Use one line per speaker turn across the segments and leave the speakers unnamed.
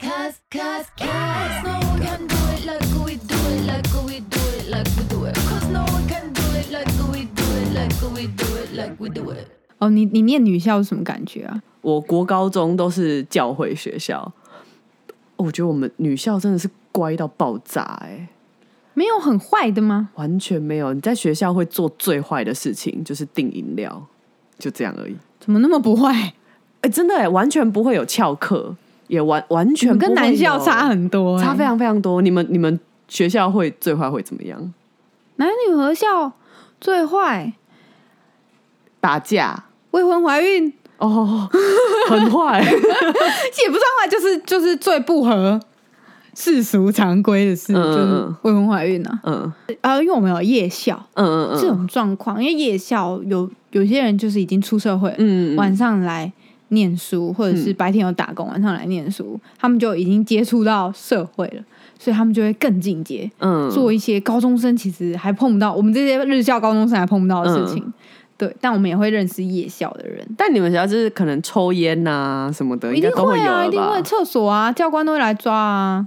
Cause, cause no one can do it like we do it, like we do it, like we do it. Cause no one can do it like we do it, like we do it, like we do it.
哦，你你念女校是什么感觉啊？
我国高中都是教会学校，哦我觉得我们女校真的是乖到爆炸哎、
没有很坏的吗？
完全没有。你在学校会做最坏的事情，就是订饮料，就这样而已。
怎么那么不坏？
哎、真的哎、完全不会有翘课，也完完
你
全
们跟
不会
男校
有
差很多、欸，
差非常非常多。你们你们学校会最坏会怎么样？
男女合校最坏，
打架
未婚怀孕
哦， 很坏。
也不算坏，就是就是最不合世俗常规的事，
嗯嗯
就是
嗯
未婚怀孕啊。
嗯
啊，因为我们有夜校、
嗯嗯嗯，
这种状况，因为夜校有有些人就是已经出社会，
嗯嗯
晚上来念书，或者是
嗯
白天有打工，晚上来念书，他们就已经接触到社会了，所以他们就会更进阶，
嗯
做一些高中生其实还碰不到，我们这些日校高中生还碰不到的事
嗯
情。对，但我们也会认识夜校的人，
但你们学校就是可能抽烟呐、什么的，
一
应该
定
都有
啊，一
了
定
吧
会？厕所啊，教官都会来抓啊。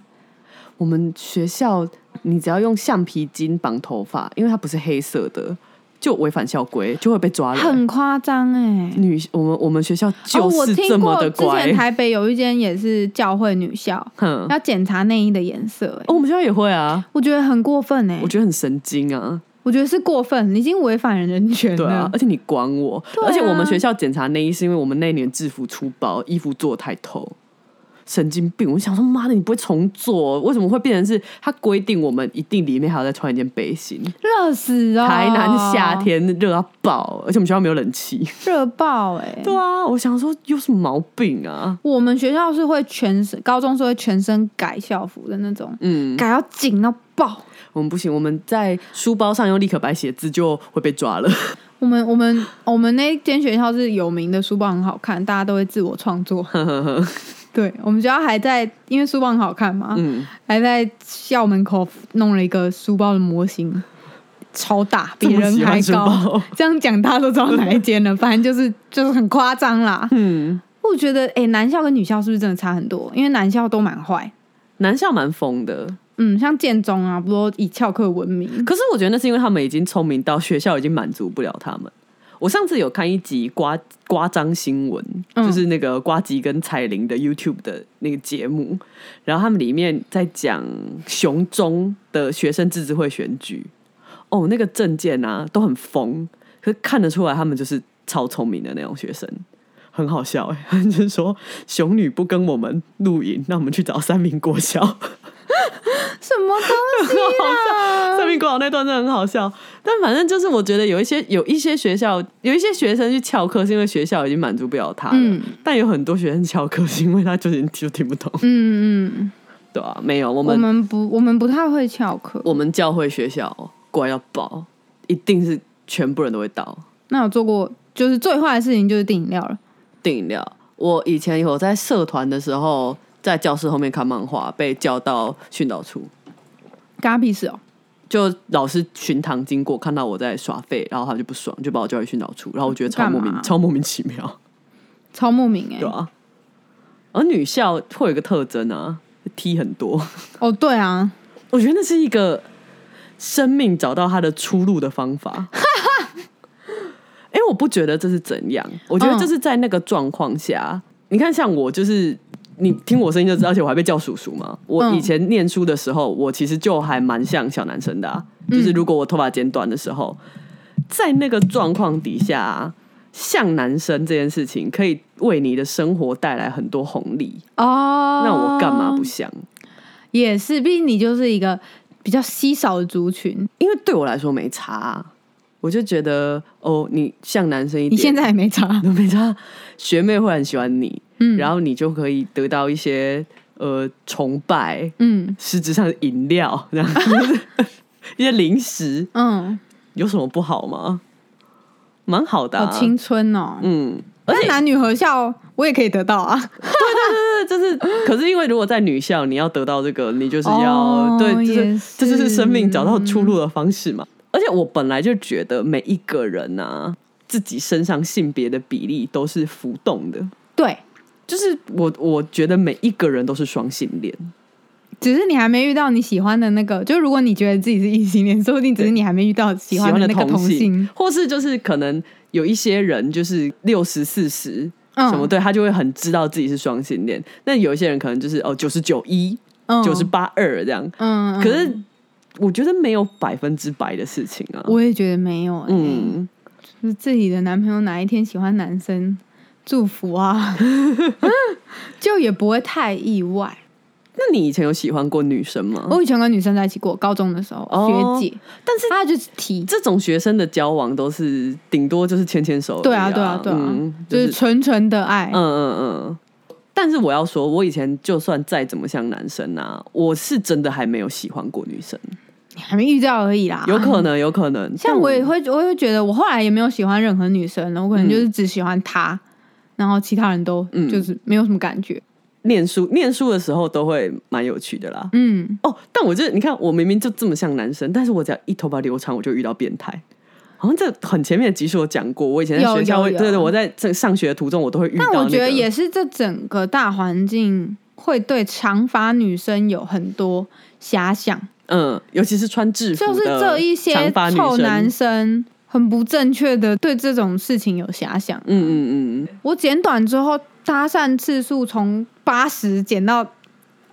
我们学校你只要用橡皮筋绑头发，因为它不是黑色的，就违反校规，就会被抓了。
很夸张哎。
女，我们我们学校就
哦，我
是这
听
么
过
的
之
乖
前。台嗯北有一间也是教会女校，
哼、
要检查内衣的颜色、欸，
哦，我们学校也会啊，
我觉得很过分哎、
我觉得很神经啊，
我觉得是过分，已经违反人权
对啊
了，
而。且你管我，
对啊
而且我们学校检查内衣是因为我们那年制服出包，衣服做太透，神经病！我想说，妈的，你不会重做，为什么会变成是他规定我们一定里面还要再穿一件背心？
热死哦！
台南夏天热到爆，而且我们学校没有冷气。
热爆哎、
对啊，我想说有什么毛病啊？
我们学校是会全身，高中是会全身改校服的那种，
嗯，
改到紧到爆。
我们不行，我们在书包上用立可白写字就会被抓了。
我们我们我们那间学校是有名的，书包很好看，大家都会自我创作。 对，我们学校还在，因为书包很好看嘛，
嗯，
还在校门口弄了一个书包的模型，超大，比
这么
人
喜欢
还
书
高
包。
这样讲大家都知道哪一间了，反正就是就是很夸张啦。
嗯，
我觉得，哎、男校跟女校是不是真的差很多？因为男校都蛮坏，
男校蛮疯的，
嗯，像建中啊，不都以翘课闻名？
可是我觉得那是因为他们已经聪明到学校已经满足不了他们。我上次有看一集瓜瓜张新闻，
嗯
就是那个瓜吉跟彩玲的 YouTube 的那个节目，然后他们里面在讲雄中的学生自治会选举，哦，那个证件啊都很疯，可是看得出来他们就是超聪明的那种学生，很好笑哎、他 们就是说熊女不跟我们露营，那我们去找三民国小。
什么东西？
好笑，三明国小那段真的很好笑。但反正就是，我觉得有一些有一些学校有一些学生去翘课，是因为学校已经满足不了他了。
嗯
但有很多学生翘课是因为他就已经就听不懂，
嗯嗯，
对啊，没有，我
我
们
们不，我们不太会翘课。
我们教会学校乖到爆，一定是全部人都会到
那有做过，就是最坏的事情就是订饮料了。
订饮料。我以前有在社团的时候，在教室后面看漫画，被叫到训导处。
干他屁事哦！
就老师巡堂经过，看到我在耍废，然后他就不爽，就把我叫去训导处，然后我觉得超莫
干嘛
名超莫名其妙，
超莫名哎、
对啊。而女校会有一个特征啊，T 很多，
哦，对啊，
我觉得那是一个生命找到它的出路的方法。哎、我不觉得这是怎样，我觉
嗯
得就是在那个状况下，你看，像我就是你听我声音就知道，而且我还被叫叔叔嘛。我
嗯
以前念书的时候，我其实就还蛮像小男生的、啊，就是如果我头发剪短的时候，在那个状况底下、啊，像男生这件事情可以为你的生活带来很多红利，
哦，
那我干嘛不像？
也是，毕竟你就是一个比较稀少的族群，
因为对我来说没差啊、我就觉得哦，你像男生一点，
你现在也没查。
都没差，学妹会很喜欢你，
嗯
然后你就可以得到一些呃崇拜，
嗯
实质上是饮料，然后就是一些零食，
嗯，
有什么不好吗？蛮好的、啊，
好青春哦。
嗯，而
那
且
男女合校我也可以得到啊。
这 就是，可是因为如果在女校，你要得到这个，你就是要、
哦
对，
也
就是
是
这就是生命找到出路的方式嘛。而且我本来就觉得每一个人啊，自己身上性别的比例都是浮动的，
对，
就是我我觉得每一个人都是双性恋，
只是你还没遇到你喜欢的那个。就如果你觉得自己是异性恋，说不定只是你还没遇到喜欢
的
那个
同
性。
或是就是可能有一些人就是六十四十
嗯
什么，对他就会很知道自己是双性恋。那有一些人可能就是哦九十九一、
嗯
九十八二这样，
嗯，嗯
可是我觉得没有百分之百的事情啊。
我也觉得没有、欸，嗯，
嗯，
就是自己的男朋友哪一天喜欢男生，祝福 啊，就也不会太意外。
那你以前有喜欢过女生吗？
我以前跟女生在一起过，高中的时候，
哦
学姐，
但是
她就是提，
这种学生的交往都是顶多就是牵牵手而已、
对啊，对啊，对啊，
嗯
就
就是是
纯纯的爱
嗯，嗯嗯。但是我要说，我以前就算再怎么像男生啊，我是真的还没有喜欢过女生，
你还没遇到而已啦，
有可能，有可能。
啊像
但
我也会，我会觉得我后来也没有喜欢任何女生了，我可能就是只喜欢她，然后其他人都
嗯
就是没有什么感觉。
念书念书的时候都会蛮有趣的啦。
嗯，
哦，但我就是你看，我明明就这么像男生，但是我只要一头发留长，我就遇到变态。好像这很前面的集数有讲过，我以前在
有
学校
有
会，
有
对对，我在上上学的途中我都会遇到、那
但我觉得
个
也是这整个大环境会对长发女生有很多遐想，
嗯，尤其是穿制服的
就是这一些
长发女
臭男
生，
生很不正确的对这种事情有遐想。
嗯嗯嗯，
我剪短之后，搭讪次数从八十减到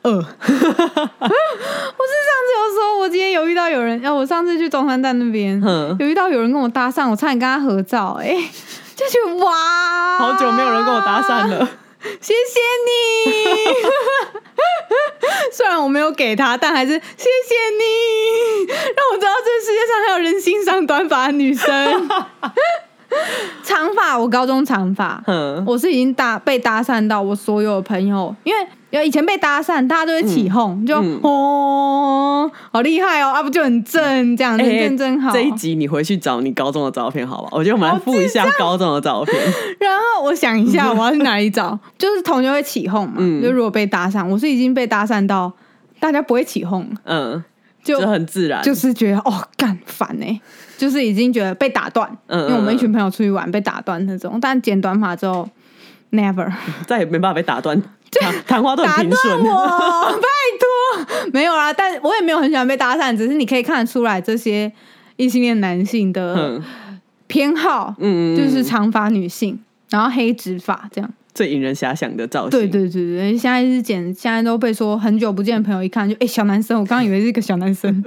二。我是上次有说，我今天有遇到有人，呃，我上次去中山站那边
哼
有遇到有人跟我搭讪，我差点跟他合照、哎，就觉得哇，
好久没有人跟我搭讪，了，
谢谢你。 虽然我没有给他，但还是谢谢你，让我知道这世界上还有人欣赏短发的女 生。长发，我高中长发，
嗯
我是已经搭被搭讪到我所有的朋友，因为有以前被搭讪，大家都会起哄，就、
嗯
哦，好厉害哦，啊不就很正这样，很
哎
正真好。
这一集你回去找你高中的照片好吧？我觉得我们来附一下高中的照片，
然后我想一 下，我要去哪里找？ 就是同学会起哄嘛，
嗯
就如果被搭讪，我是已经被搭讪到大家不会起哄，
嗯，
就
就很自然，
就是觉得哦，干烦呢、就是已经觉得被打断，
嗯嗯
因为我们一群朋友出去玩被打断那种。但剪短发之后，never
再也没办法被打断，谈谈话都
打
很
断
平顺，
我， 拜托，没有啦。但我也没有很喜欢被搭讪，只是你可以看得出来这些异性恋男性的
嗯
偏好，
嗯，
就是长发女性，然后黑直发这样。
最引人遐想的造型，
对对对对，现在是剪，现在都被说很久不见的朋友一看就哎、诶小男生，我刚刚以为是一个小男 生。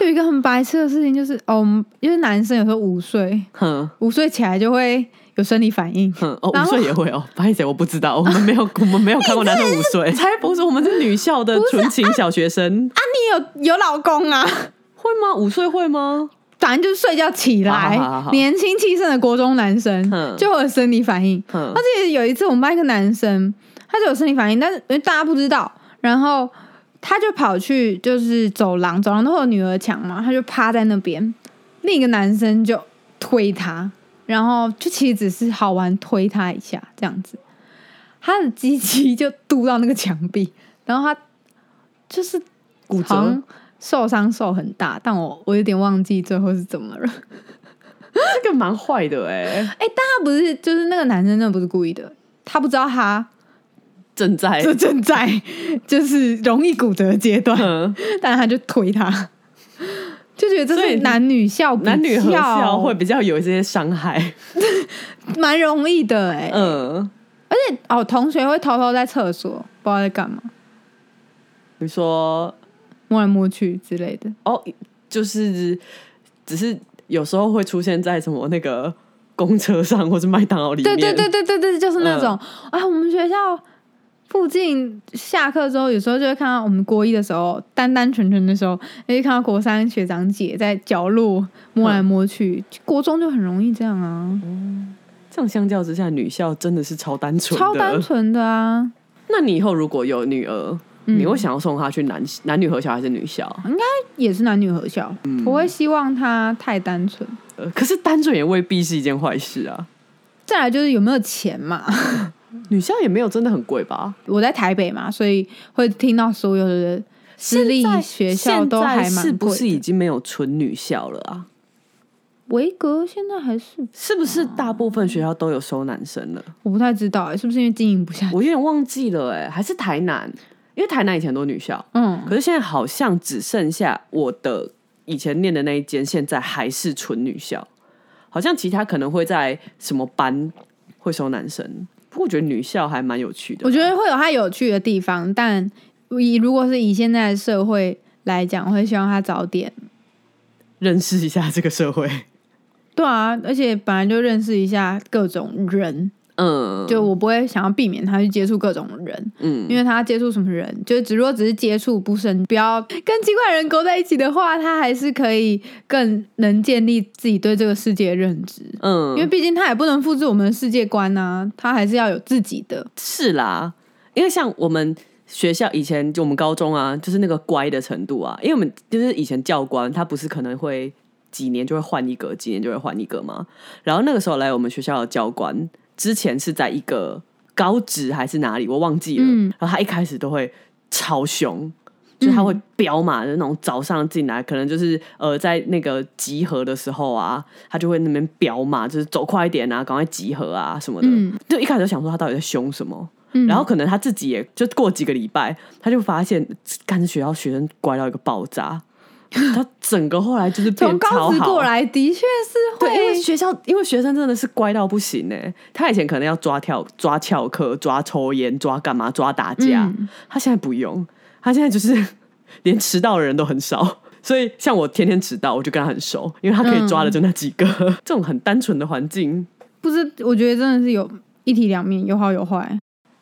有一个很白痴的事情就是，哦，我们因为男生有时候午睡，
哼。
午睡起来就会有生理反应，
哼，哦，
然
午
后
睡也会哦，不好意思，我不知道，我们没 有，我们没有看过男生午睡，才不是，我们是女校的纯情小学 生，
啊，你有有老公啊，
会吗？午睡会吗？
反正就是睡觉起来，
好好好好
年轻气盛的国中男生
嗯
就会有生理反应。
哼
而，且有一次我们班一个男生，他就有生理反应，但是因为大家不知道，然后他就跑去就是走廊，走廊都会有女儿墙嘛，他就趴在那边，另一个男生就推他，然后就其实只是好玩推他一下这样子，他的鸡鸡就嘟到那个墙壁，然后他就是
骨
好
折
像， 受伤受很大，但我我有点忘记最后是怎么了。
这个蛮坏的哎、
哎、但他不是，就是那个男生，真的不是故意的，他不知道他
正在
就正在就是容易骨折的阶段，
嗯，
但他就推他，就觉得这
所以
是男女校比较
男女合校会比较有一些伤害，
蛮容易的哎、
嗯，
而且哦，同学会偷偷在厕所不知道在干嘛，
你说
摸来摸去之类的。
哦，就是只是有时候会出现在什么那个公车上或是麦当劳里面，嗯
对对对对对对，就是那种、啊，我们学校附近下课之后，有时候就会看到我们国一的时候，单单纯纯的时候，就会看到国三学长姐在角落摸
嗯
来摸去，国中就很容易这样啊，
这样相较之下，女校真的是超单纯，
超单。纯的啊。
那你以后如果有女儿，
嗯
你会想要送她去男男女合校还是女校？
也是男女合校，
嗯
我会希望他太单纯。
呃可是单纯也未必是一件坏事啊。
再来就是有没有钱嘛，
女校也没有真的很贵吧？
我在台北嘛，所以会听到所有的私立
现在
学校都还
现在
蛮
是不
贵
是
的
已经没有纯女校了啊？
维格现在还是
是不是大部分学校都有收男生了？
我不太知道、欸，是不是因为经营不下去？
我有点忘记了、哎，还是台南，因为台南以前很多女校，
嗯，
可是现在好像只剩下我的以前念的那一间，现在还是纯女校，好像其他可能会在什么班会收男生。不过我觉得女校还蛮有趣的，
我觉得会有它有趣的地方，但以如果是以现在的社会来讲，我会希望他早点。
认识一下这个社会，
对啊，而且本来就认识一下各种人，
嗯，
就我不会想要避免他去接触各种人，
嗯
因为他接触什么人，就只如果只是接触不深，不要跟奇怪的人勾在一起的话，他还是可以更能建立自己对这个世界的认知。
嗯，
因为毕竟他也不能复制我们的世界观呐、他还是要有自己的。
是啦，因为像我们学校以前就我们高中啊，就是那个乖的程度啊，因为我们就是以前教官他不是可能会几年就会换一个，几年就会换一个嘛。然后那个时候来我们学校的教官，之前是在一个高职还是哪里，我忘记了。
嗯
然后他一开始都会超凶。就是他会飙嘛，就是那种早上进来，可能就是呃，在那个集合的时候啊，他就会那边飙嘛，就是走快一点啊，赶快集合啊什么的。
嗯
就一开始就想说他到底在凶什么，
嗯
然后可能他自己也就过几个礼拜，他就发现，干这学校学生乖到一个爆炸， 他整个后来就是变
从
超
高职
好
过。来哦的确是
对，因为
会，
学校，因为学生真的是乖到不行哎、他以前可能要抓跳、抓翘课、抓抽烟、抓干嘛、抓打架，
嗯
他现在不用，他现在就是 连迟到的人都很少。所以像我天天迟到，我就跟他很熟，因为他可
嗯
以抓的就那几个。 这种很单纯的环境，
不是？我觉得真的是有一体两面，有好有坏。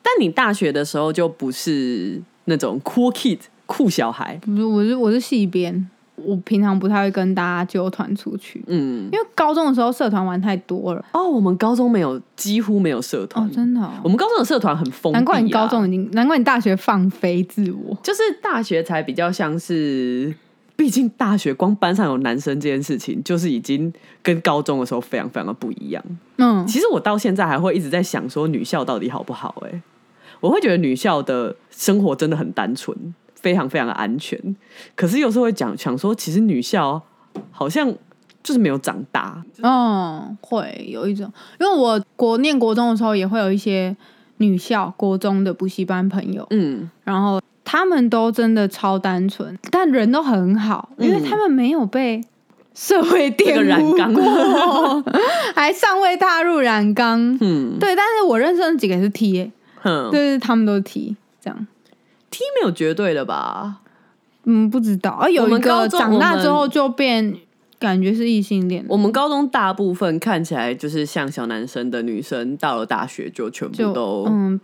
但你大学的时候就不是那种 cool kid 酷小孩，
不是，我是我是系编，我平常不太会跟大家纠团出去，
嗯，
因为高中的时候社团玩太多了。
哦，我们高中没有，几乎没有社团，
哦，真的、哦
我，们高中的社团很封闭、啊，
难怪你高中已经，难怪你大学放飞自我。
就是大学才比较像是。毕竟大学光班上有男生这件事情，就是已经跟高中的时候非常非常的不一样。
嗯，
其实我到现在还会一直在想说女校到底好不好、欸？哎，我会觉得女校的生活真的很单纯，非常非常的安全。可是有时候会讲想说，其实女校好像就是没有长大。
嗯，会有一种，因为我国念国中的时候也会有一些女校国中的补习班朋友，
嗯，
然后他们都真的超单纯，但人都很好，因为
嗯
他们没有被社会
这 个
玷
染
污
缸
过，还尚未踏入染缸。
嗯，
对，但是我认识的几个也是 T，、欸、
哼
对，他们都是 T，这样。
，T 没有绝对的吧？
嗯，不知道。啊，有
我
一
们
个
高中
长
我
大
们
之后就变，感觉是异性恋了，
我们高中大部分看起来就是像小男生的女生，到了大学就全部
就
都、
嗯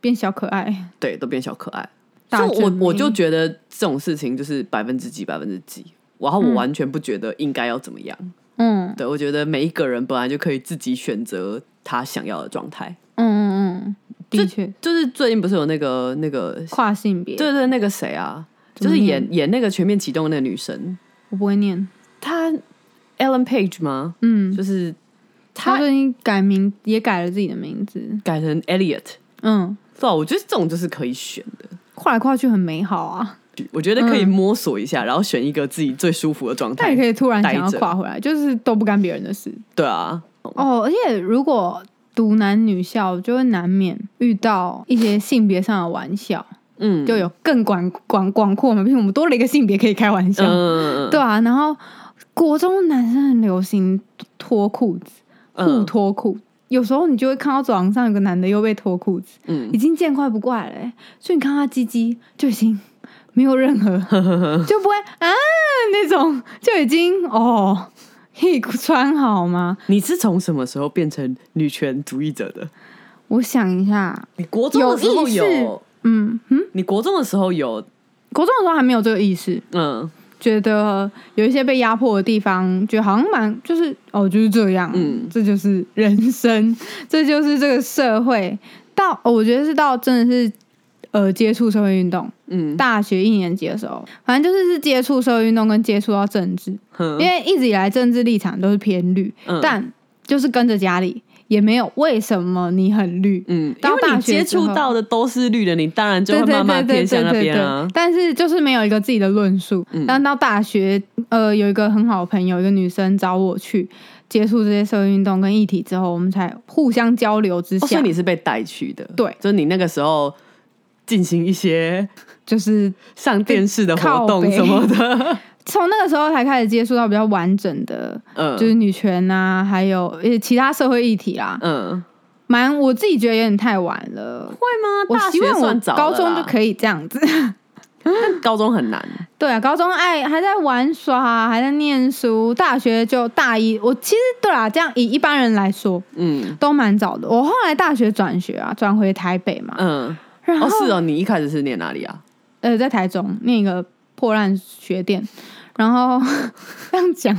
变小可爱。
对，都变小可爱。
大
就我
正
我就
妹
觉得这种事情就是百分之几百分之几，然后我完全不觉得应该要怎么样。
嗯
对，我觉得每一个人本来就可以自己选择他想要的状态。
嗯嗯嗯，的确
就是最近不是有那个那个，
跨性别。
对对，那个谁啊，
怎
就
么
是
念
演演那个《全面启动》的那个女生，
我不会念。
她 Ellen Page 吗？
嗯，
就是
他
她
最近改名也改了自己的名字。
改成 Elliot。
嗯，
对啊、我觉得这种就是可以选的，
跨来跨去很美好啊，
我觉得可以
嗯
摸索一下，然后选一个自己最舒服的状
但也
态
可。以突然想
待
要
着
跨回来，就是都不干别人的事。
对啊，
哦，而且如果读男女校，就会难免遇到一些性别上的玩笑，
嗯，
就有更广广广阔嘛，毕竟我们多了一个性别可以开玩笑，
嗯，
对啊。然后国中男生很流行脱裤子，互
嗯
脱裤。有时候你就会看到走廊上有个男的又被脱裤子，已
嗯，
经见怪不怪了欸、所以你看他鸡鸡就已经没有任 何就不会啊那种，就已经哦，可以穿好吗？
你是从什么时候变成女权主义者的？
我想一下，
你国中的时候
有意识
有
嗯嗯，
你国中的时候有，
国中的时候还没有这个意识，
嗯
觉得有一些被压迫的地方，觉得好像蛮就是哦就是这样，
嗯
这就是人生， 这就是这个社会。到、哦我觉得是到真的是呃接触社会运动，
嗯，
大学一年级的时候，反正就是是接触社会运动跟接触到政治，
哼
因为一直以来政治立场都是偏绿，
嗯
但就是跟着家里。也没有为什么你很绿，
嗯，因
到
为
大
你
学
接
之
触
后
到的都是绿的，你当然就
对
会
对
慢慢
对
偏
对
向那
对对
边啊
对，。但是就是没有一个自己的论述。
嗯
但到大学，呃，有一个很好的朋友，一个女生找我去接触这些社会运动跟议题之后，我们才互相交流之
哦，
下，
所以你是被带去的，
对
就是你那个时候进行一些
就是
上电视的活
靠
动
北
什么的，
从那个时候才开始接触到比较完整的，
嗯，
就是女权啊，还有而且其他社会议题啦。
嗯，
蛮我自己觉得有点太晚了，
会吗？
我
大
希
学
望我
算早
高中就
以，
可以这样子。
但高中很难，
对啊，高中爱还在玩耍，还在念书，大学就大一。我其实对啦，这样以一般人来说
嗯
都蛮早的。我后来大学转学啊，转回台北嘛，
嗯，
然后、
哦是哦，你一开始是念哪里啊？
呃在台中念一个破烂学店，然后 这样讲，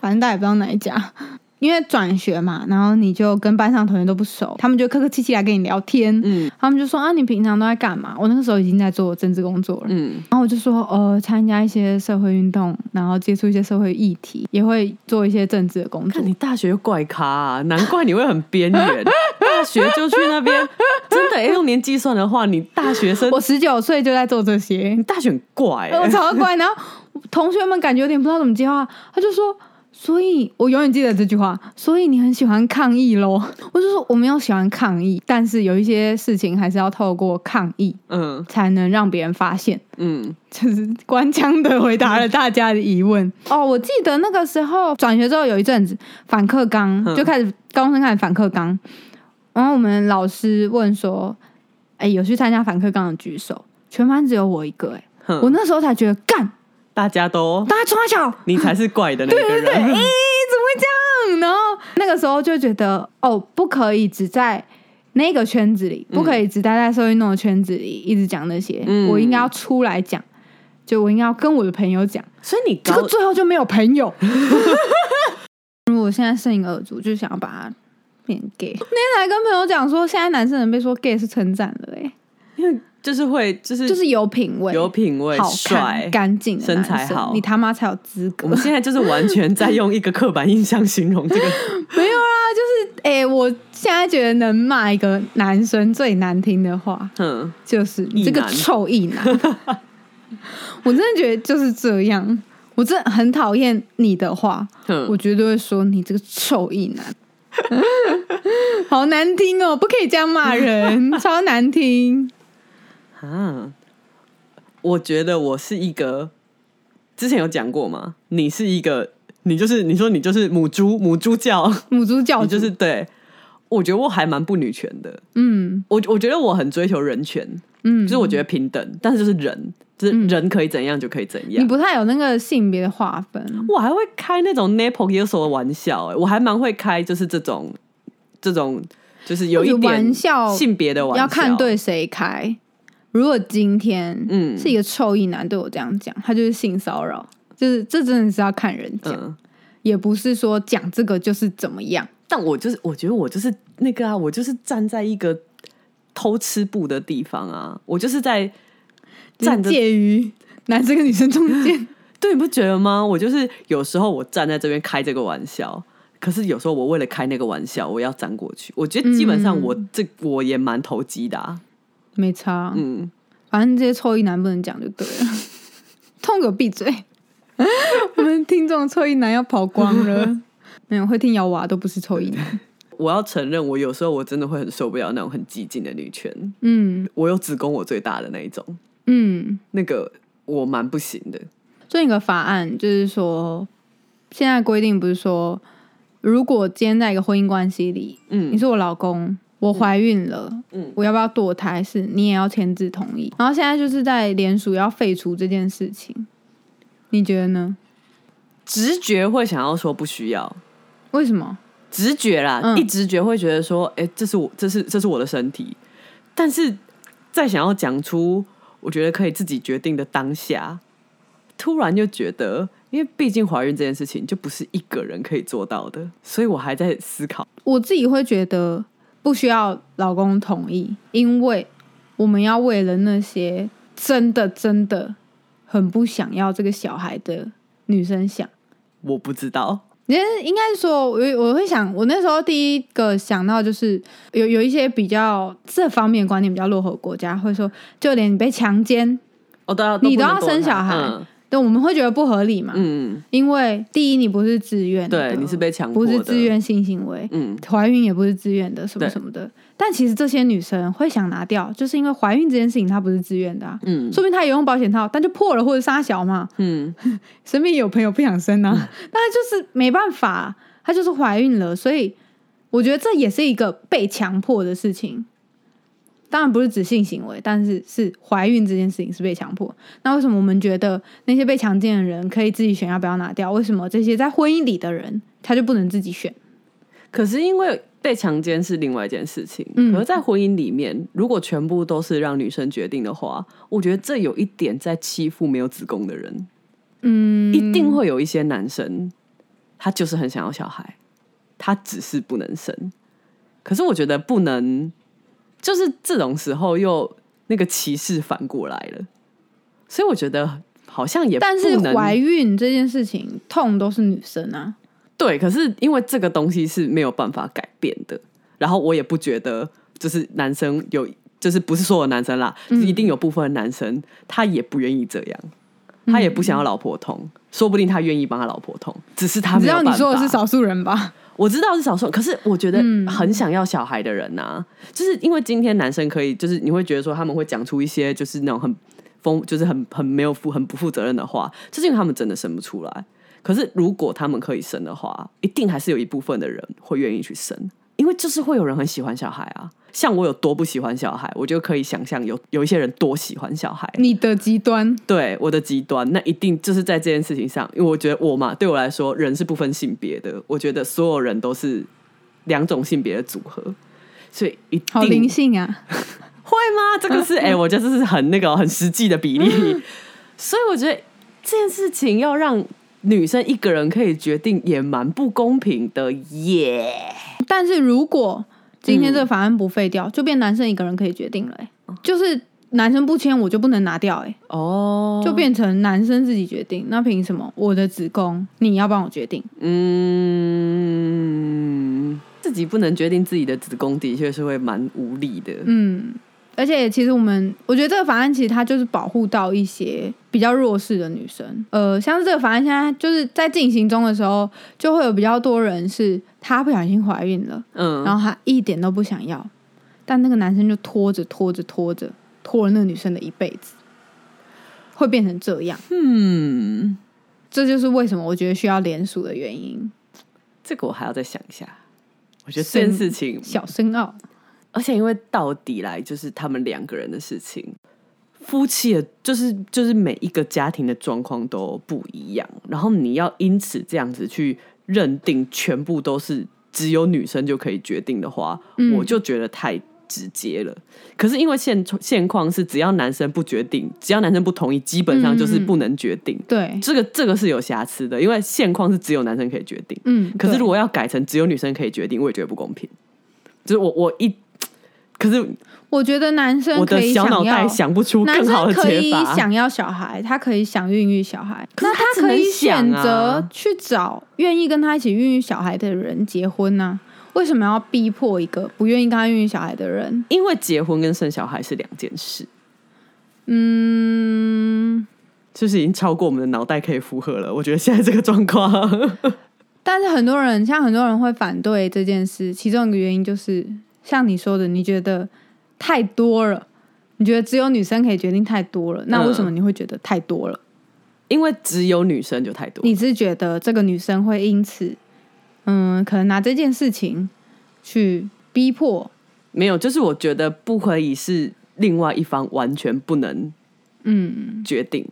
反正大家也不知道哪一家。因为转学嘛，然后你就跟班上同学都不熟，他们就客客气气来跟你聊天，
嗯
他们就说啊，你平常都在干嘛？我那个时候已经在做政治工作了，
嗯
然后我就说，呃，参加一些社会运动，然后接触一些社会议题，也会做一些政治的工作
看。你大学又怪咖、啊，难怪你会很 边缘。大学就去那边，真的，哎、用年纪算的话，你大学生，
我十九岁就在做这些
你，大学很怪、哎
我超乖。然后同学们感觉有点不知道怎么接话，他就说，所以我永远记得这句话，所以你很喜欢抗议咯。我就说我没有喜欢抗议，但是有一些事情还是要透过抗议
嗯
才能让别人发现。
嗯
就是官腔的回答了大家的疑问。哦，我记得那个时候转学之后有一阵子反课纲
嗯
就开始，高中生开始反课纲，然后我们老师问说：“哎、有去参加反课纲的举手。”全班只有我一个、哎，
哼
我那时候才觉得干，
大家都，
大家冲他小，
你才是怪的那个人。
对哎对对，咦、怎么会这样？然后那个时候就觉得，哦，不可以只在那个圈子里，不可以只待在社会运动的圈子里，一直讲那些。
嗯
我应该要出来讲，就我应该要跟我的朋友讲。
所以你
这
高
个最后就没有朋友。 如果现在剩一个耳珠，就想要把它变 gay。那天还跟朋友讲说，现在男生能被说 gay 是称赞的、欸，
就是会就是
就是有品味，
有品味、
好
帅
看、。干净的
身
男
材
生
好
你他妈才有资格
我。们现在就是完全在用一个刻板印象形容这 个，
没有啊，就是哎、欸我现在觉得能骂一个男生最难听的话，
嗯，
就是你这个
异男
臭异男。 我真的觉得就是这样，我真的很讨厌你的话，
哼
我绝对会说你这个臭异男， 好难听哦，不可以这样骂 人，超难听。
啊，我觉得我是一个，之前有讲过吗？你是一个，你就是你说你就是母猪，母猪教，
母猪教
你
主
就是对。我觉得我还蛮不女权的，
嗯
我我觉得我很追求人权，
嗯，
就是我觉得平等，但是就是人，就是人可以怎样就可以怎
你
样。
不太有那个性别的划分，
我还会开那种 nipple g i r s 的玩笑、欸，我还蛮会开，就是这种这种，就是有一
或者
点
玩笑
性别的玩笑，
要看对谁开。如果今天
嗯
是一个臭意男对我这样讲，他就是性骚扰，就是这真的是要看人讲，
嗯，
也不是说讲这个就是怎么样。
但我就是，我觉得我就是那个啊，我就是站在一个偷吃布的地方啊，我就是在站着，
介于男生跟女生中 间，
对，你不觉得吗？我就是有时候我站在这边开这个玩笑，可是有时候我为了开那个玩笑，我要站过去。我觉得基本上我这、我也蛮投机的、啊，
没差，
嗯，
反正这些臭意男不能讲就对了， 痛个闭嘴。 我们听众臭意男要跑光 了，没有会听摇娃都不是臭意男。
我要承认，我有时候我真的会很受不了那种很激进的女权，
嗯
我有子宫我最大的那一种，
嗯，
那个我蛮不行的，
最近有个法案就是说，现在规定不是说，如果今天在一个婚姻关系里，你
嗯
是我老公，我怀孕了，
嗯
我要不要堕胎是你也要签字同意。然后现在就是在联署要废除这件事情，你觉得呢？
直觉会想要说不需要，
为什么？
直觉啦，
嗯
一直觉会觉得说，哎、这是我，这是这是我的身体，但是在想要讲出我觉得可以自己决定的当下，突然就觉得，因为毕竟怀孕这件事情就不是一个人可以做到的，所以我还在思考，
我自己会觉得不需要老公同意，因为我们要为了那些真的真的很不想要这个小孩的女生想。
我不知道，
因为应该是说，我我会想，我那时候第一个想到就是有有一些比较这方面观念比较落后的国家，会说就连你被强奸，
哦，对啊，
你
不
都
能
要
堕
生
胎
小孩
嗯
对，我们会觉得不合理嘛，
嗯，
因为第一你不是自愿的，
对，你是被强迫
啊不
的，
是自，愿性行为，
嗯，
怀孕也不是自愿的，什么
对
什么的。但其实这些女生会想拿掉，就是因为怀孕这件事情她不是自愿的、啊，
嗯
说明她也用保险套，但就破了或者杀小嘛。
嗯，
身边有朋友不想生啊， 但就是没办法，她就是怀孕了，所以我觉得这也是一个被强迫的事情。当然不是指性行为，但是是怀孕这件事情是被强迫。那为什么我们觉得那些被强奸的人可以自己选要不要拿掉？为什么这些在婚姻里的人他就不能自己选？
可是因为被强奸是另外一件事情，
嗯
可是，在婚姻里面，如果全部都是让女生决定的话，我觉得这有一点在欺负没有子宫的人，
嗯，
一定会有一些男生，他就是很想要小孩，他只是不能生。可是我觉得不能，就是这种时候又那个歧视反过来了，所以我觉得好像也
但是
哎不能
怀孕这件事情，痛都是女生啊。
对，可是因为这个东西是没有办法改变的，然后我也不觉得就是男生有，就是不是所有男生啦，
嗯
就是一定有部分的男生他也不愿意这样，他也不想要老婆痛，说不定他愿意帮他老婆痛，只是他
嗯你
没
知
有
道
办
你
法。
说的是少数人 吧？
我知道是少数，可是我觉得
嗯
很想要小孩的人呐、就是因为今天男生可以，就是你会觉得说他们会讲出一些就是那种很疯，就是很很没有负、很不负责任的话，就是因为他们真的生不出来。可是如果他们可以生的话，一定还是有一部分的人会愿意去生，因为就是会有人很喜欢小孩啊。像我有多不喜欢小孩，我就可以想象有有一些人多喜欢小孩。
你的极端，
对我的极端，那一定就是在这件事情上，因为我觉得我嘛，对我来说，人是不分性别的，我觉得所有人都是两种性别的组合，所以一定
好灵性啊！
会吗？这个是哎、我觉得这是很那个很实际的比例， 所以我觉得这件事情要让女生一个人可以决定，也蛮不公平的耶。
但是如果今天这个法案不废掉，
嗯
就变男生一个人可以决定了、欸就是男生不签，我就不能拿掉、欸，
哦，
就变成男生自己决定。那凭什么我的子宫你要帮我决定？
嗯，自己不能决定自己的子宫，的确是会蛮无力的。
嗯，而且其实我们，我觉得这个法案其实它就是保护到一些比较弱势的女生。呃，像是这个法案现在就是在进行中的时候，就会有比较多人是她不小心怀孕了，
嗯，
然后她一点都不想要，但那个男生就拖着拖着拖着，拖了那个女生的一辈子，会变成这 样。
嗯，
这就是为什么我觉得需要联署的原因。
这个我还要再想一下。我觉得这件事情，
小深奥，
而且因为到底来就是他们两个人的事情，夫妻的，就是就是每一个家庭的状况都不一样，然后你要因此这样子去认定全部都是只有女生就可以决定的话，
嗯
我就觉得太。直接了，可是因为现现况是，只要男生不决定，只要男生不同意，基本上就是
嗯嗯嗯
不能决定。
对，
这个这个是有瑕疵的，因为现况是只有男生可以决定。
嗯，
可是
对
如果要改成只有女生可以决定，我也觉得不公平。就是我我一，可是
我觉得男生
我
可
的
以
小脑袋
要
想不出
男
更好
生
的
可以
解法。
想要小孩，他可以想孕育小孩，
可是
那
他只
可以
能想
选
啊
择去找愿意跟他一起孕育小孩的人结婚呢、为什么要逼迫一个不愿意跟他孕育小孩的人？
因为结婚跟生小孩是两件事，
嗯，
就是已经超过我们的脑袋可以负荷了。我觉得现在这个状况，
但是很多人，像很多人会反对这件事，其中一个原因就是像你说的，你觉得太多了，你觉得只有女生可以决定太多
嗯
了，那为什么你会觉得太多了？
因为只有女生就太多。
你是觉得这个女生会因此，嗯，可能拿这件事情去逼迫，
没有，就是我觉得不可以是另外一方完全不能
嗯，
决定，就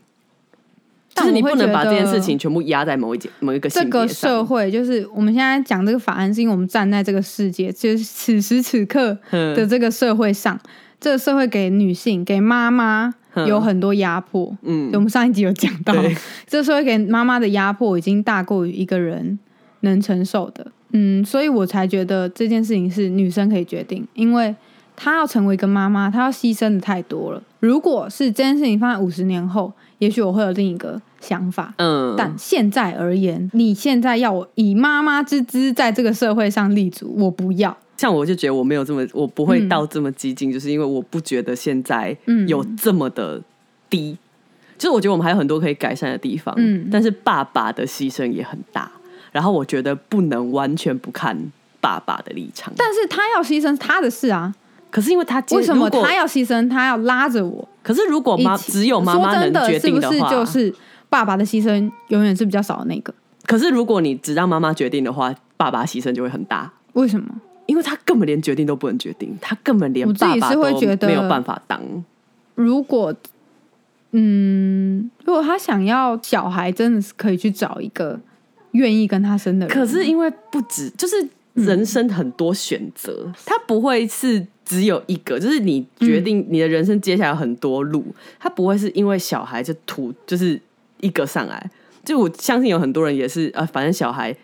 但
是你
我会
不能
觉
把这件事
得
情全部压在某一件某一个
这
性别
个
上
社会就是我们现在讲这个法案，是因为我们站在这个世界，就是此时此刻
嗯
的这个社会上，这个社会给女性、给妈妈
嗯
有很多压迫。
嗯
我们上一集有讲到
对，
这社会给妈妈的压迫已经大过于一个人能承受的。嗯，所以我才觉得这件事情是女生可以决定，因为她要成为一个妈妈，她要牺牲的太多了。如果是这件事情放在五十年后，也许我会有另一个想法。
嗯，
但现在而言，你现在要我以妈妈之姿在这个社会上立足，我不要。
像我就觉得我没有这么，我不
嗯
会到这么激进，就是因为我不觉得现在有这么的低，就是我觉得我们还有很多可以改善的地方。
嗯
但是爸爸的牺牲也很大，然后我觉得不能完全不看爸爸的立场。
但是他要牺牲是他的事啊，
可是因为他接
为什么
如果
他要牺牲？他要拉着我
可是如果
一
妈
起？
只有妈妈
说真
能
的，
决
是
定
不
的
是
话，
就是爸爸的牺牲永远是比较少的那个？
可是如果你只让妈妈决定的话，爸爸牺牲就会很大，
为什么？
因为他根本连决定都不能决定，他根本连
我自
爸
己
爸
是会
都
觉得
没有办法当。
如果嗯，如果他想要小孩，真的是可以去找一个愿意跟他生的人。
可是因为不止，就是人生很多选择，它不会是只有一个，就是你决定你的人生接下来有很多路，它不会是因为小孩就突就是一个上来。就我相信有很多人也是，呃，反正小孩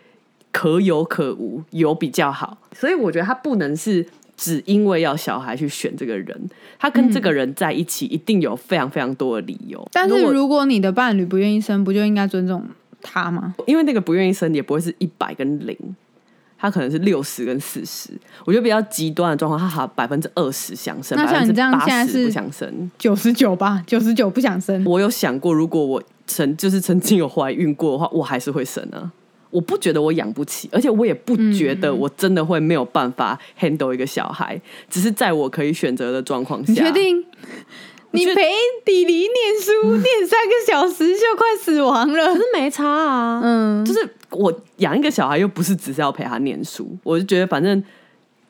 可有可无，有比较好，所以我觉得他不能是。只因为要小孩去选这个人，他跟这个人在一起，一定有非常非常多的理由。
但
如
是
果
如果你的伴侣不愿意生，不就应该尊重他吗？
因为那个不愿意生也不会是一百跟零，他可能是六十跟四十。我觉得比较极端的状况，他还百分之二十想生，
那
百
像
分
你
之
这样
八
现在
十
是
不想生。
九十九吧，九十九不想生。
我有想过，如果我曾就是曾经有怀孕过的话，我还是会生啊。我不觉得我养不起，而且我也不觉得
嗯
我真的会没有办法 handle 一个小孩，只是在我可以选择的状况下。
你确定？你
觉得
陪弟弟念 书念三个小时就快死亡了
可。是没差啊，
嗯
就是我养一个小孩又不是只是要陪他念书，我就觉得反正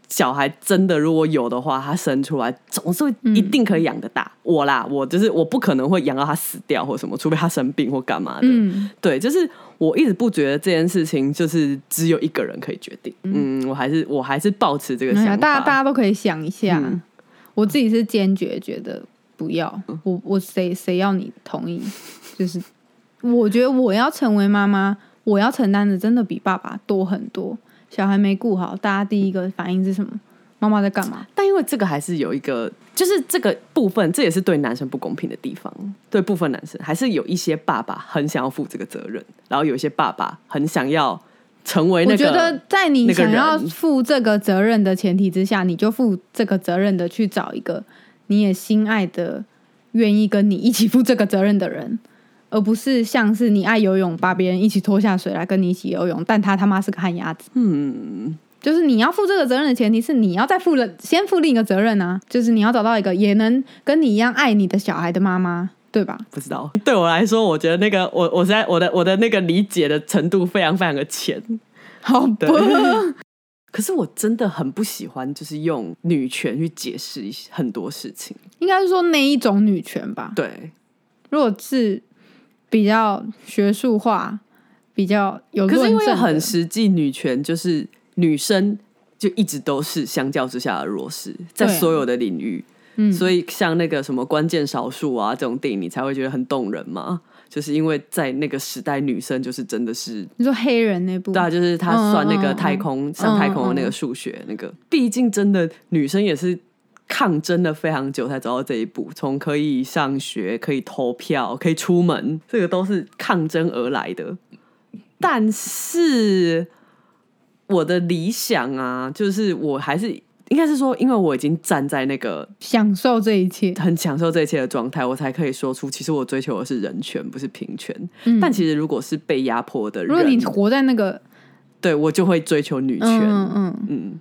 小孩真的如果有的话，他生出来总是会
嗯
一定可以养得大。我啦，我就是我不可能会养到他死掉或什么，除非他生病或干嘛的。
嗯，
对，就是我一直不觉得这件事情就是只有一个人可以决定。嗯，我还是我还是保持这个
没有，
想法。
哎大家大家都可以想一下。
嗯
我自己是坚决觉得不要，我我谁谁要你同意？就是我觉得我要成为妈妈，我要承担的真的比爸爸多很多。小孩没顾好，大家第一个反应是什么？妈妈在干嘛？
但因为这个还是有一个，就是这个部分，这也是对男生不公平的地方。对部分男生，还是有一些爸爸很想要负这个责任，然后有一些爸爸很想要成为哎那
我
个。
觉得在你
那个
想要
人
负这个责任的前提之下，你就负这个责任的去找一个你也心爱的、愿意跟你一起负这个责任的人，而不是像是你爱游泳，把别人一起拖下水来跟你一起游泳，但他他妈是个旱鸭子。嗯，就是你要负这个责任的前提是你要再负了，先负另一个责任啊，就是你要找到一个也能跟你一样爱你的小孩的妈妈，对吧？
不知道，对我来说，我觉得那个我我在我的我的那个理解的程度非常非常的浅，
好
对
吧。
可是我真的很不喜欢，就是用女权去解释一些很多事情。
应该是说那一种女权吧。
对，
如果是比较学术化、比较有
可是因
论
为
证
很
的，
实际，女权就是女生就一直都是相较之下的弱势，在
对啊
所有的领域。
嗯
所以像那个什么关键少数啊这种电影，你才会觉得很动人嘛。就是因为在那个时代，女生就是真的是，
你说黑人那部，
对啊，就是她算
嗯
那个太空、上太空的那
嗯嗯
个数学、那个，毕竟真的女生也是抗争了非常久才走到这一步，从可以上学、可以投票、可以出门，这个都是抗争而来的。但是我的理想啊，就是我还是应该是说，因为我已经站在那个
享受这一切，
很享受这一切的状态，我才可以说出，其实我追求的是人权，不是平权。但其实如果是被压迫的人，
嗯如果你活在那个
对我就会追求女权。
嗯嗯嗯，
嗯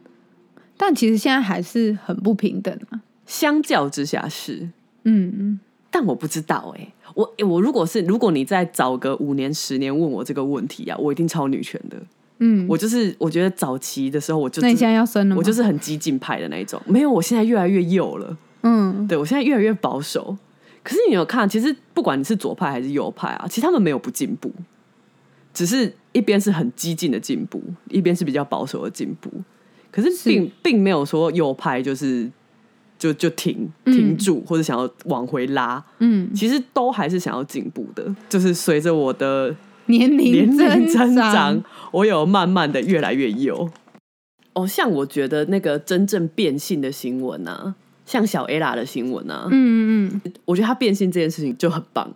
但其实现在还是很不平等啊。
相较之下是，
嗯嗯，
但我不知道哎、我诶我如果是如果你再早个五年十年问我这个问题啊，我一定超女权的。
嗯
我就是我觉得早期的时候我就
那你
是
现在要生了吗？
我就是很激进派的那一种，没有，我现在越来越右了。
嗯，
对我现在越来越保守。可是你有看，其实不管你是左派还是右派啊，其实他们没有不进步，只是一边是很激进的进步，一边是比较保守的进步。可是并并没有说右派就是就就停停住、或者想要往回拉，
嗯，
其实都还是想要进步的。就是随着我 的
年 龄
年龄
长
增长，，我有慢慢的越来越有。哦，像我觉得那个真正变性的新闻啊，像小 A 拉的新闻啊，
嗯嗯
我觉得他变性这件事情就很棒，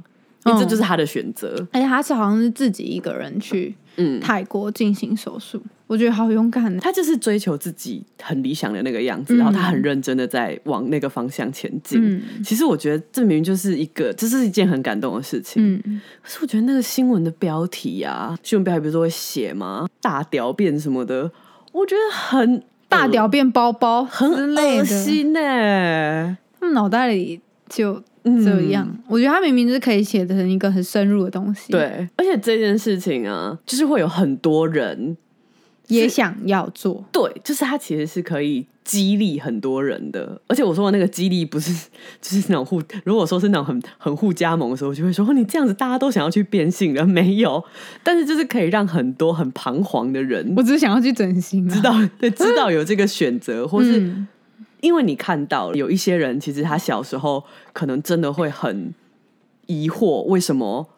因
嗯
为这就是他的选择。
而且他是好像是自己一个人去
嗯，
泰国进行手术，我觉得好勇敢哦。
他就是追求自己很理想的那个样子，
嗯
然后他很认真的在往那个方向前进。
嗯
其实我觉得这明明就是一个，这是一件很感动的事情。
嗯，
可是我觉得那个新闻的标题啊，新闻标题不是都会写吗？大屌变什么的，我觉得很欸
大屌变包包
很
之类的，
恶心呢、
他们脑袋里就
嗯
这样。我觉得他明明就是可以写成一个很深入的东西，，
对，而且这件事情啊，就是会有很多人，
也
是
想要做，
对，就是他其实是可以激励很多人的。而且我说的那个激励不是 就是那种互，如果说是那种很很互加盟的时候，我就会说、哦、你这样子大家都想要去变性了没有？但是就是可以让很多很彷徨的人
我只是想要去整形、啊，
知道，对，知道有这个选择，或是
嗯
因为你看到有一些人，其实他小时候可能真的会很疑惑，为什么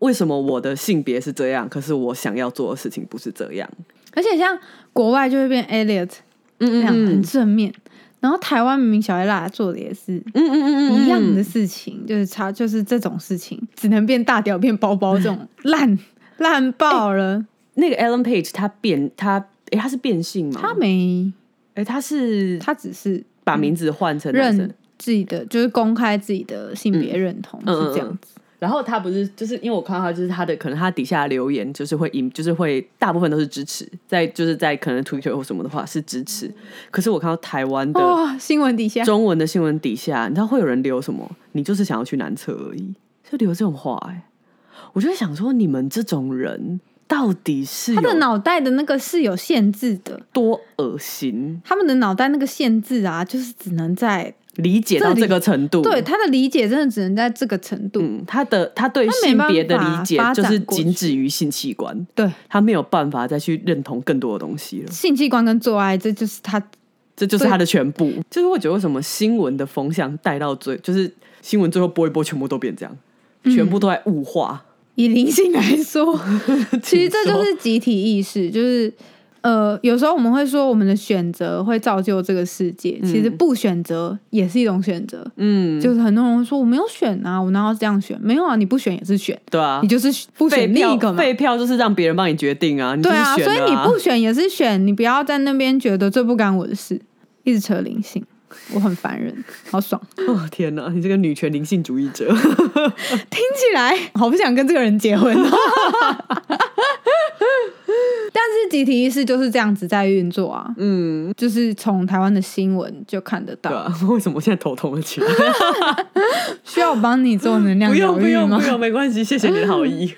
为什么我的性别是这样，可是我想要做的事情不是这样。
而且像国外就会变 Elliot 那
嗯
样很
嗯
正面，然后台湾明明小艾拉做的也是
嗯嗯嗯嗯
一样的事情，就是差就是这种事情只能变大屌变包包这 种烂烂爆了，
那个 Ellen Page，他变他诶，他是变性吗？
他没
诶，他是
他只是
把名字换成男生
认。自己的就是公开自己的性别认同、
嗯
是这样子，
然后他不是，就是因为我看到他，就是他的可能他底下留言就是会引，就是会大部分都是支持，在就是在可能 Twitter 或什么的话是支
嗯
持。可是我看到台湾的
哇、新闻底下
中文的新闻底下，你知道会有人留什么？你就是想要去男厕而已，就留这种话、哎，我就在想说，你们这种人到底是
他的
有
脑袋的那个是有限制的，
多恶心？
他们的脑袋那个限制啊，就是只能在
理解到
这里
这个程度，
对他的理解真的只能在这个程度，
嗯，他的他对
他没
性别的
办法
理解
发展
就是
过去
仅止于性器官，
对。
他没有办法再去认同更多的东西了，
性器官跟做爱，这就是他
这就是
对
他的全部。就是我觉得为什么新闻的风向带到最，就是新闻最后播一播，全部都变这样，
嗯
全部都在物化。
以灵性来说，其实这
请
就
说
是集体意识，就是呃，有时候我们会说我们的选择会造就这个世界，其实不选择也是一种选择。
嗯，
就是很多人会说我没有选啊，我哪有这样选？没有啊，你不选也是选，
对啊，
你就是不
废
选另
票
一个嘛。
废票就是让别人帮你决定啊，你就
对
是
啊，
选
所
了
以你不选也是选，你不要在那边觉得这不干我的事，一直扯灵性，我很烦人， 好爽，
哦天哪，你这个女权灵性主义者，
听起来 好不想跟这个人结婚哦。 但是集体意识就是这样子在运作啊，
嗯，
就是从台湾的新闻就看得
对
到。
啊，为什么我现在头痛了 起来？
需要我帮你做能量
不用
疗
不
愈
用
吗
不？用，没关系，谢谢你的 好意。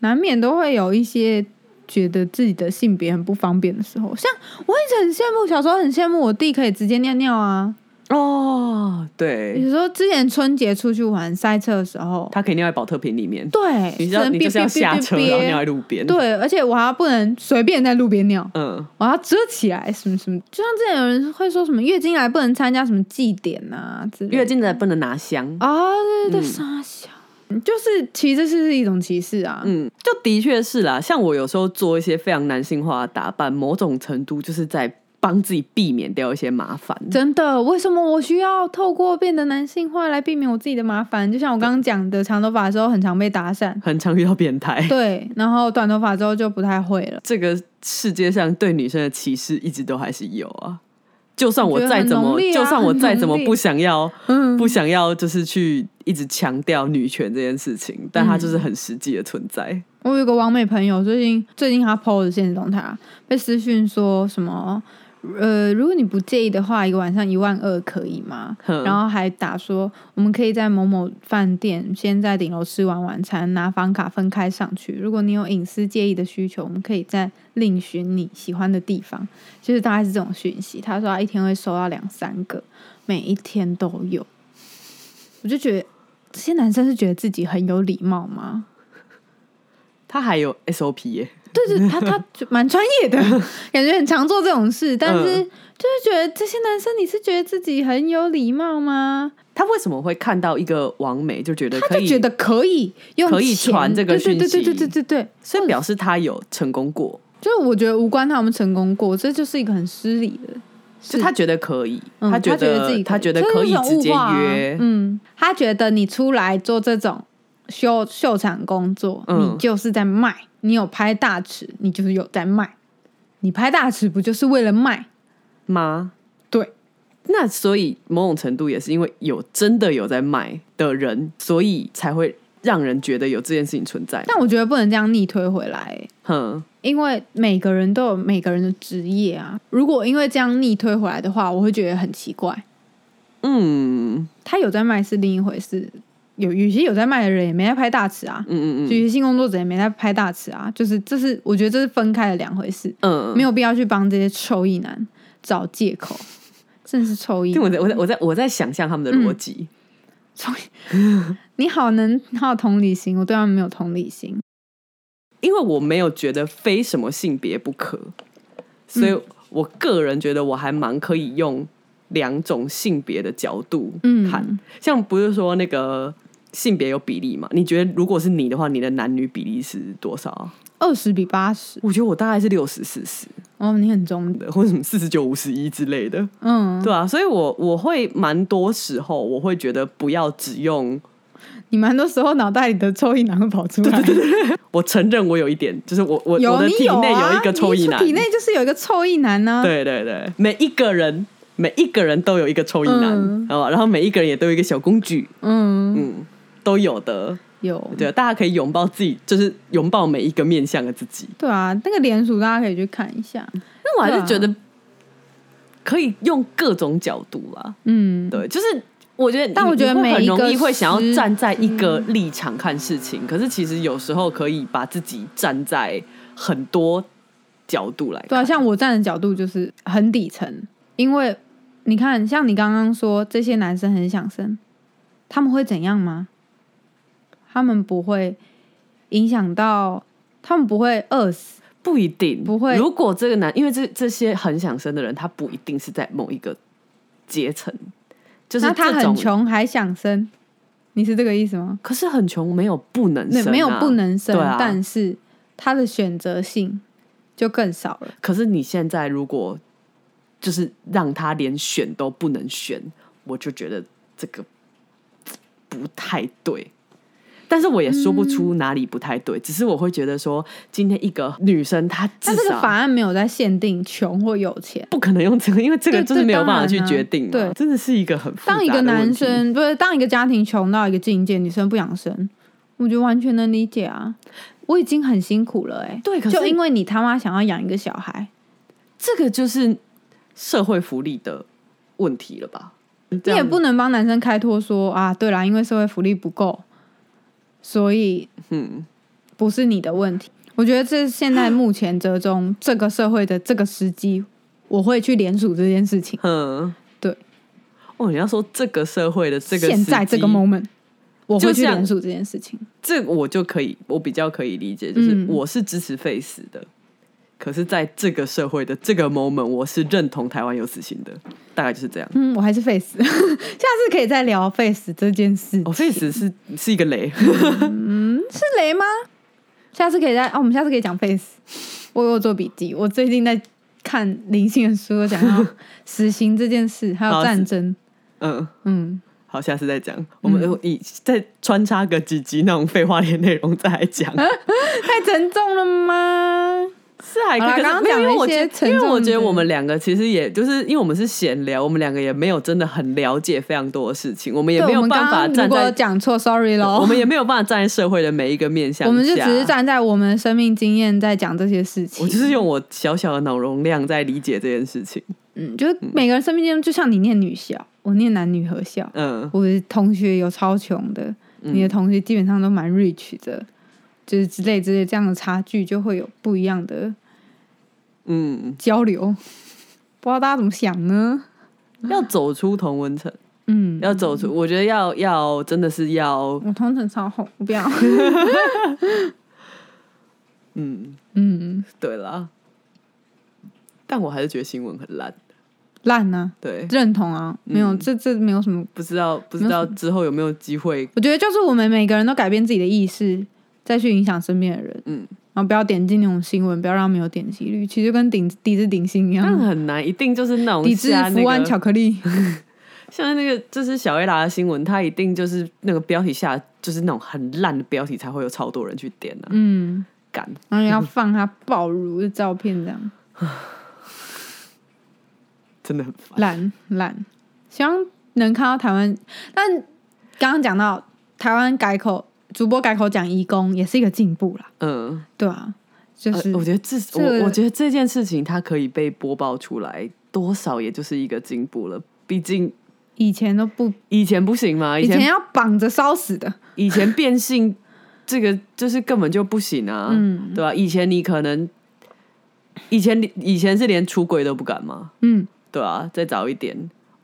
难免都会有一些觉得自己的性别很不方便的时候，像我一直很羡慕，小时候很羡慕我弟可以直接尿尿啊。
哦， 对，
有时候之前春节出去玩塞车的时候，
他可以尿在保特瓶里面，
对，
你知
只
道
能
你就是要
憋憋
下
憋
车
憋
然后尿在路边，，
对，而且我还不能随便在路边尿，
嗯，
我要遮起来，什么什么。就像之前有人会说什么月经来不能参加什么祭典啊之类的
月经的不能拿香。
啊，对对对，
嗯
傻笑，就是其实这是一种歧视啊。
嗯，就的确是啦。像我有时候做一些非常男性化的打扮，某种程度就是在帮自己避免掉一些麻烦。，
真的，为什么我需要透过变得男性化来避免我自己的麻烦？就像我刚刚讲的，长头发的时候很常被搭讪
很常遇到变态，
对，然后短头发之后就不太会 了。
这个世界上对女生的歧视一直都还是有啊。就算我
我觉得
再
很
怎么，
浓烈啊
就算我再
很
怎
浓
么
烈
不想要，
嗯，
不想要，就是去一直强调女权这件事情，但它就是
嗯
很实际的存在。
我有一个网美朋友，最近最近她 PO 的现实动态啊被私讯说什么，呃，如果你不介意的话，一个晚上一万二可以吗？
哼
然后还打说我们可以在某某饭店先在顶楼吃完晚餐，拿房卡分开上去。如果你有隐私介意的需求，我们可以再另寻你喜欢的地方。就是大概是这种讯息。他说他一天会收到两三个，每一天都有。我就觉得这些男生是觉得自己很有礼貌吗？
它还有 SOP 耶、
对 对，他他就蛮专业的，感觉很常做这种事，但是
嗯
就是觉得这些男生，你是觉得自己很有礼貌吗？
他为什么会看到一个王美就觉得
他
可
就
以？
觉得可以用
可以
钱
传这个
对对对
讯息
对对对对，
所以表示他有成功过，
就是我觉得无关他们成功过，这就是一个很失礼的事。
就他觉得可以，
嗯他
觉
觉
得
自己
他觉得
这
可
是一
以
种啊
直接
物化啊
约，
嗯，他觉得你出来做这种秀秀场工作，
嗯
你就是在卖。你有拍大尺，你就是有在卖。你拍大尺不就是为了卖？
吗？
对，
那所以某种程度也是因为有真的有在卖的人，所以才会让人觉得有这件事情存在。
但我觉得不能这样逆推回来、
哼，
因为每个人都有每个人的职业啊。如果因为这样逆推回来的话，我会觉得很奇怪。
嗯
他有在卖是另一回事，有有些有在卖的人也没在拍大尺啊，
嗯嗯
有
嗯
些性工作者也没在拍大尺啊，就是这是我觉得这是分开的两回事，
嗯，
没
有。
有必要去帮这些臭意男找借口，真是臭意
因为我
男。
在我在我在我在想象他们
嗯
的逻辑，
你好能好有同理心，我对他们没有同理心。
因为我没有觉得非什么性别不可，所
嗯
以我个人觉得我还蛮可以用两种性别的角度
嗯
看，像不是说那个性别有比例嘛？你觉得如果是你的话，你的男女比例是多少啊？
二十比八十，
我觉得我大概是六十四十
哦，你很中立，
的，或者什么四十九五十一之类的，
嗯，
对啊，所以我我会蛮多时候我会觉得不要只用，
你蛮多时候脑袋里的臭意男会跑出来，
我承认我有一点，就是我我
有
我的
你
体
有
内
啊，
有一个抽
你
一男，
体内就是有一个臭意男呢、啊，
对对对，每一个人每一个人都有一个抽一男，
嗯
然后然后每一个人也都有一个小工具，
嗯，
嗯，都有的，
有
我觉得大家可以拥抱自己，就是拥抱每一个面向的自己。
对啊，那个联署大家可以去看一下。
那我还
对
是
啊
觉得可以用各种角度啦，
嗯，
对，就是我觉得你，
但我觉得
你会
每
很
一个
容易会想
时
要站在一个立场看事情，可是其实有时候可以把自己站在很多角度来看。
对啊，像我站的角度就是很底层，因为你看，像你刚刚说这些男生很想生，他们会怎样吗？他们不会影响到，他们不会饿死。
不一定
不会
如果这个男，因为这这些很想生的人，他不一定是在某一个阶层，就是
那他
这
很
种。
穷还想生，你是这个意思吗？
可是很穷，没有不能生、
没
啊，
没有不。能生，
对啊
但是他的选择性就更少了。
可是你现在如果就是让他连选都不能选，我就觉得这个不太对。但是我也说不
嗯
出哪里不太对，只是我会觉得说，今天一个女生她至
但这个法
少
案没有在限定穷或有钱。
不可能用这个，因为这个
对
就是
对
没有办
当
法
然
去
啊
决定嘛。
对
真的是一个很复杂
当一
的
个
问
男
题
生不是当一个家庭穷到一个境界，女生不想生，我觉得完全能理解啊。我已经很辛苦了哎、
对，可
就是因为你他妈想要养一个小孩，
这个就是社会福利的问题了吧？
你
这
也
样
不能帮男生开脱说啊，对啦，因为社会福利不够，所以
嗯，
不是你的问题。我觉得这是现在目前折中这个社会的这个时机，我会去联署这件事情。
嗯，
对。
哦，你要说这个社会的这个
现在
时机
这个 moment，我会
就
去
像
联署这件事情。
这我就可以，我比较可以理解，就是
嗯
我是支持 face 的，可是在这个社会的这个 moment，我是认同台湾有死刑的，大概就是这样。
嗯，我还是 face，下 次可以再聊 face 这件事。
哦，face 是是一个雷，
是雷吗？下次可以再啊，我们下次可以讲 face。我 有做笔记，我最近在看灵性的书，讲 到死刑这件事，还有
好
战
死
争。
嗯。
嗯，
好，下次再讲。我们以再穿插个几集那种废话连内容再来讲。
嗯太沉重了吗？
是啊还可
好啦
以，可是
刚刚
没有
讲
因
了
为
一
我
些
觉得，
沉
因为我
重
觉
的
得我们两个其实也就是因为我们是闲聊，我们两个也没有真的很了解非常多的事情，我们也
对
没
我
有
们
办
刚
法
刚如
站
果
在，
讲错，sorry
我
喽。
们也没有办法站在社会的每一个面向下，
我们就只是，站在我们的生命经验在讲这些事情。
我就是用我小小的脑容量在理解这件事情。
嗯，就是每个人生命经验，就像你念女校，我念男女合校，
嗯，
我的同学有超穷的，你的同学基本上都蛮 rich 的，就是之类之类这样的差距，就会有不一样的
嗯，
交流。不知道大家怎么想呢？
要走出同温层，
嗯，
要走出，我觉得要要真的是要，
我同城超红，我不要。
嗯，
嗯，
对啦。但我还是觉得新闻很烂，
烂啊，
对，
认同啊，没有，这这没有什么。
不知道不知道之后有没有机会，
我觉得就是我们每个人都改变自己的意识，再去影响身边的人，
嗯。
然后不要点进那种新闻，不要让他们有点击率，其实就跟顶抵制顶薪一
但
样，
很难，一定就是那种
抵制
下那
福安
个
巧克力。
像那个就是小 A 拉的新闻，它一定就是那个标题下就是那种很烂的标题才会有超多人去点啊，
嗯，
干
然后要放他暴乳的照片，这样
真的很烦。
懒懒，希望能看到台湾。但刚刚讲到台湾改口，主播改口讲移工也是一个进步啦，
嗯，
对啊，就
呃
是、
我觉得至
这个
我我觉得这件事情它可以被播报出来，多少也就是一个进步了。毕竟
以前都不，
以前不行嘛，以
以
前
前要绑着烧死的，
以前变性这个就是根本就不行啊，
嗯
对吧、以前你可能，以前你以前是连出轨都不敢嘛，
嗯。
对啊，再早一点，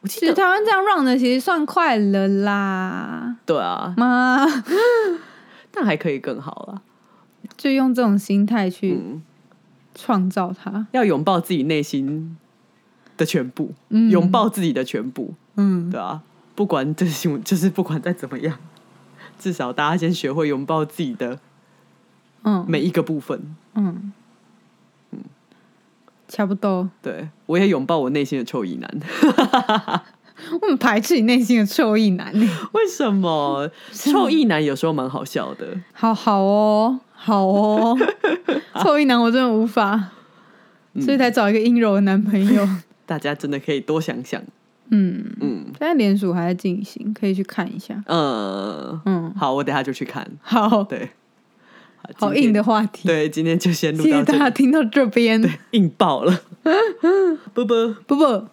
我
其
记
实
得
台湾这样 run 的其实算快了啦，
对啊，
妈，
但还可以更好啦。
就用这种心态去
嗯，
创造它。
要拥抱自己内心的全部，
嗯
拥抱自己的全部，
嗯，
对啊，不管这新闻，就是不管再怎么样， 至少大家先学会拥抱自己的
嗯
每一个部分。
嗯，差不多。
对我也拥抱我内心的臭意男。
我很排斥你内心的臭意男欸呢，
为什么臭意男有时候蛮好笑的？
好好哦，好 哦，臭意男我真的无法，
嗯
所以才找一个阴柔的男朋 友。
大家真的可以多想想。
嗯，
嗯
现在联署还在进行，可以去看一下。
呃，
嗯，
好，我等下就去看。
好
对，
好硬的。话题
今天，对，今天就先录
谢谢
到
大
这
家
里，
听到这边，
硬爆了，啵啵。
不不。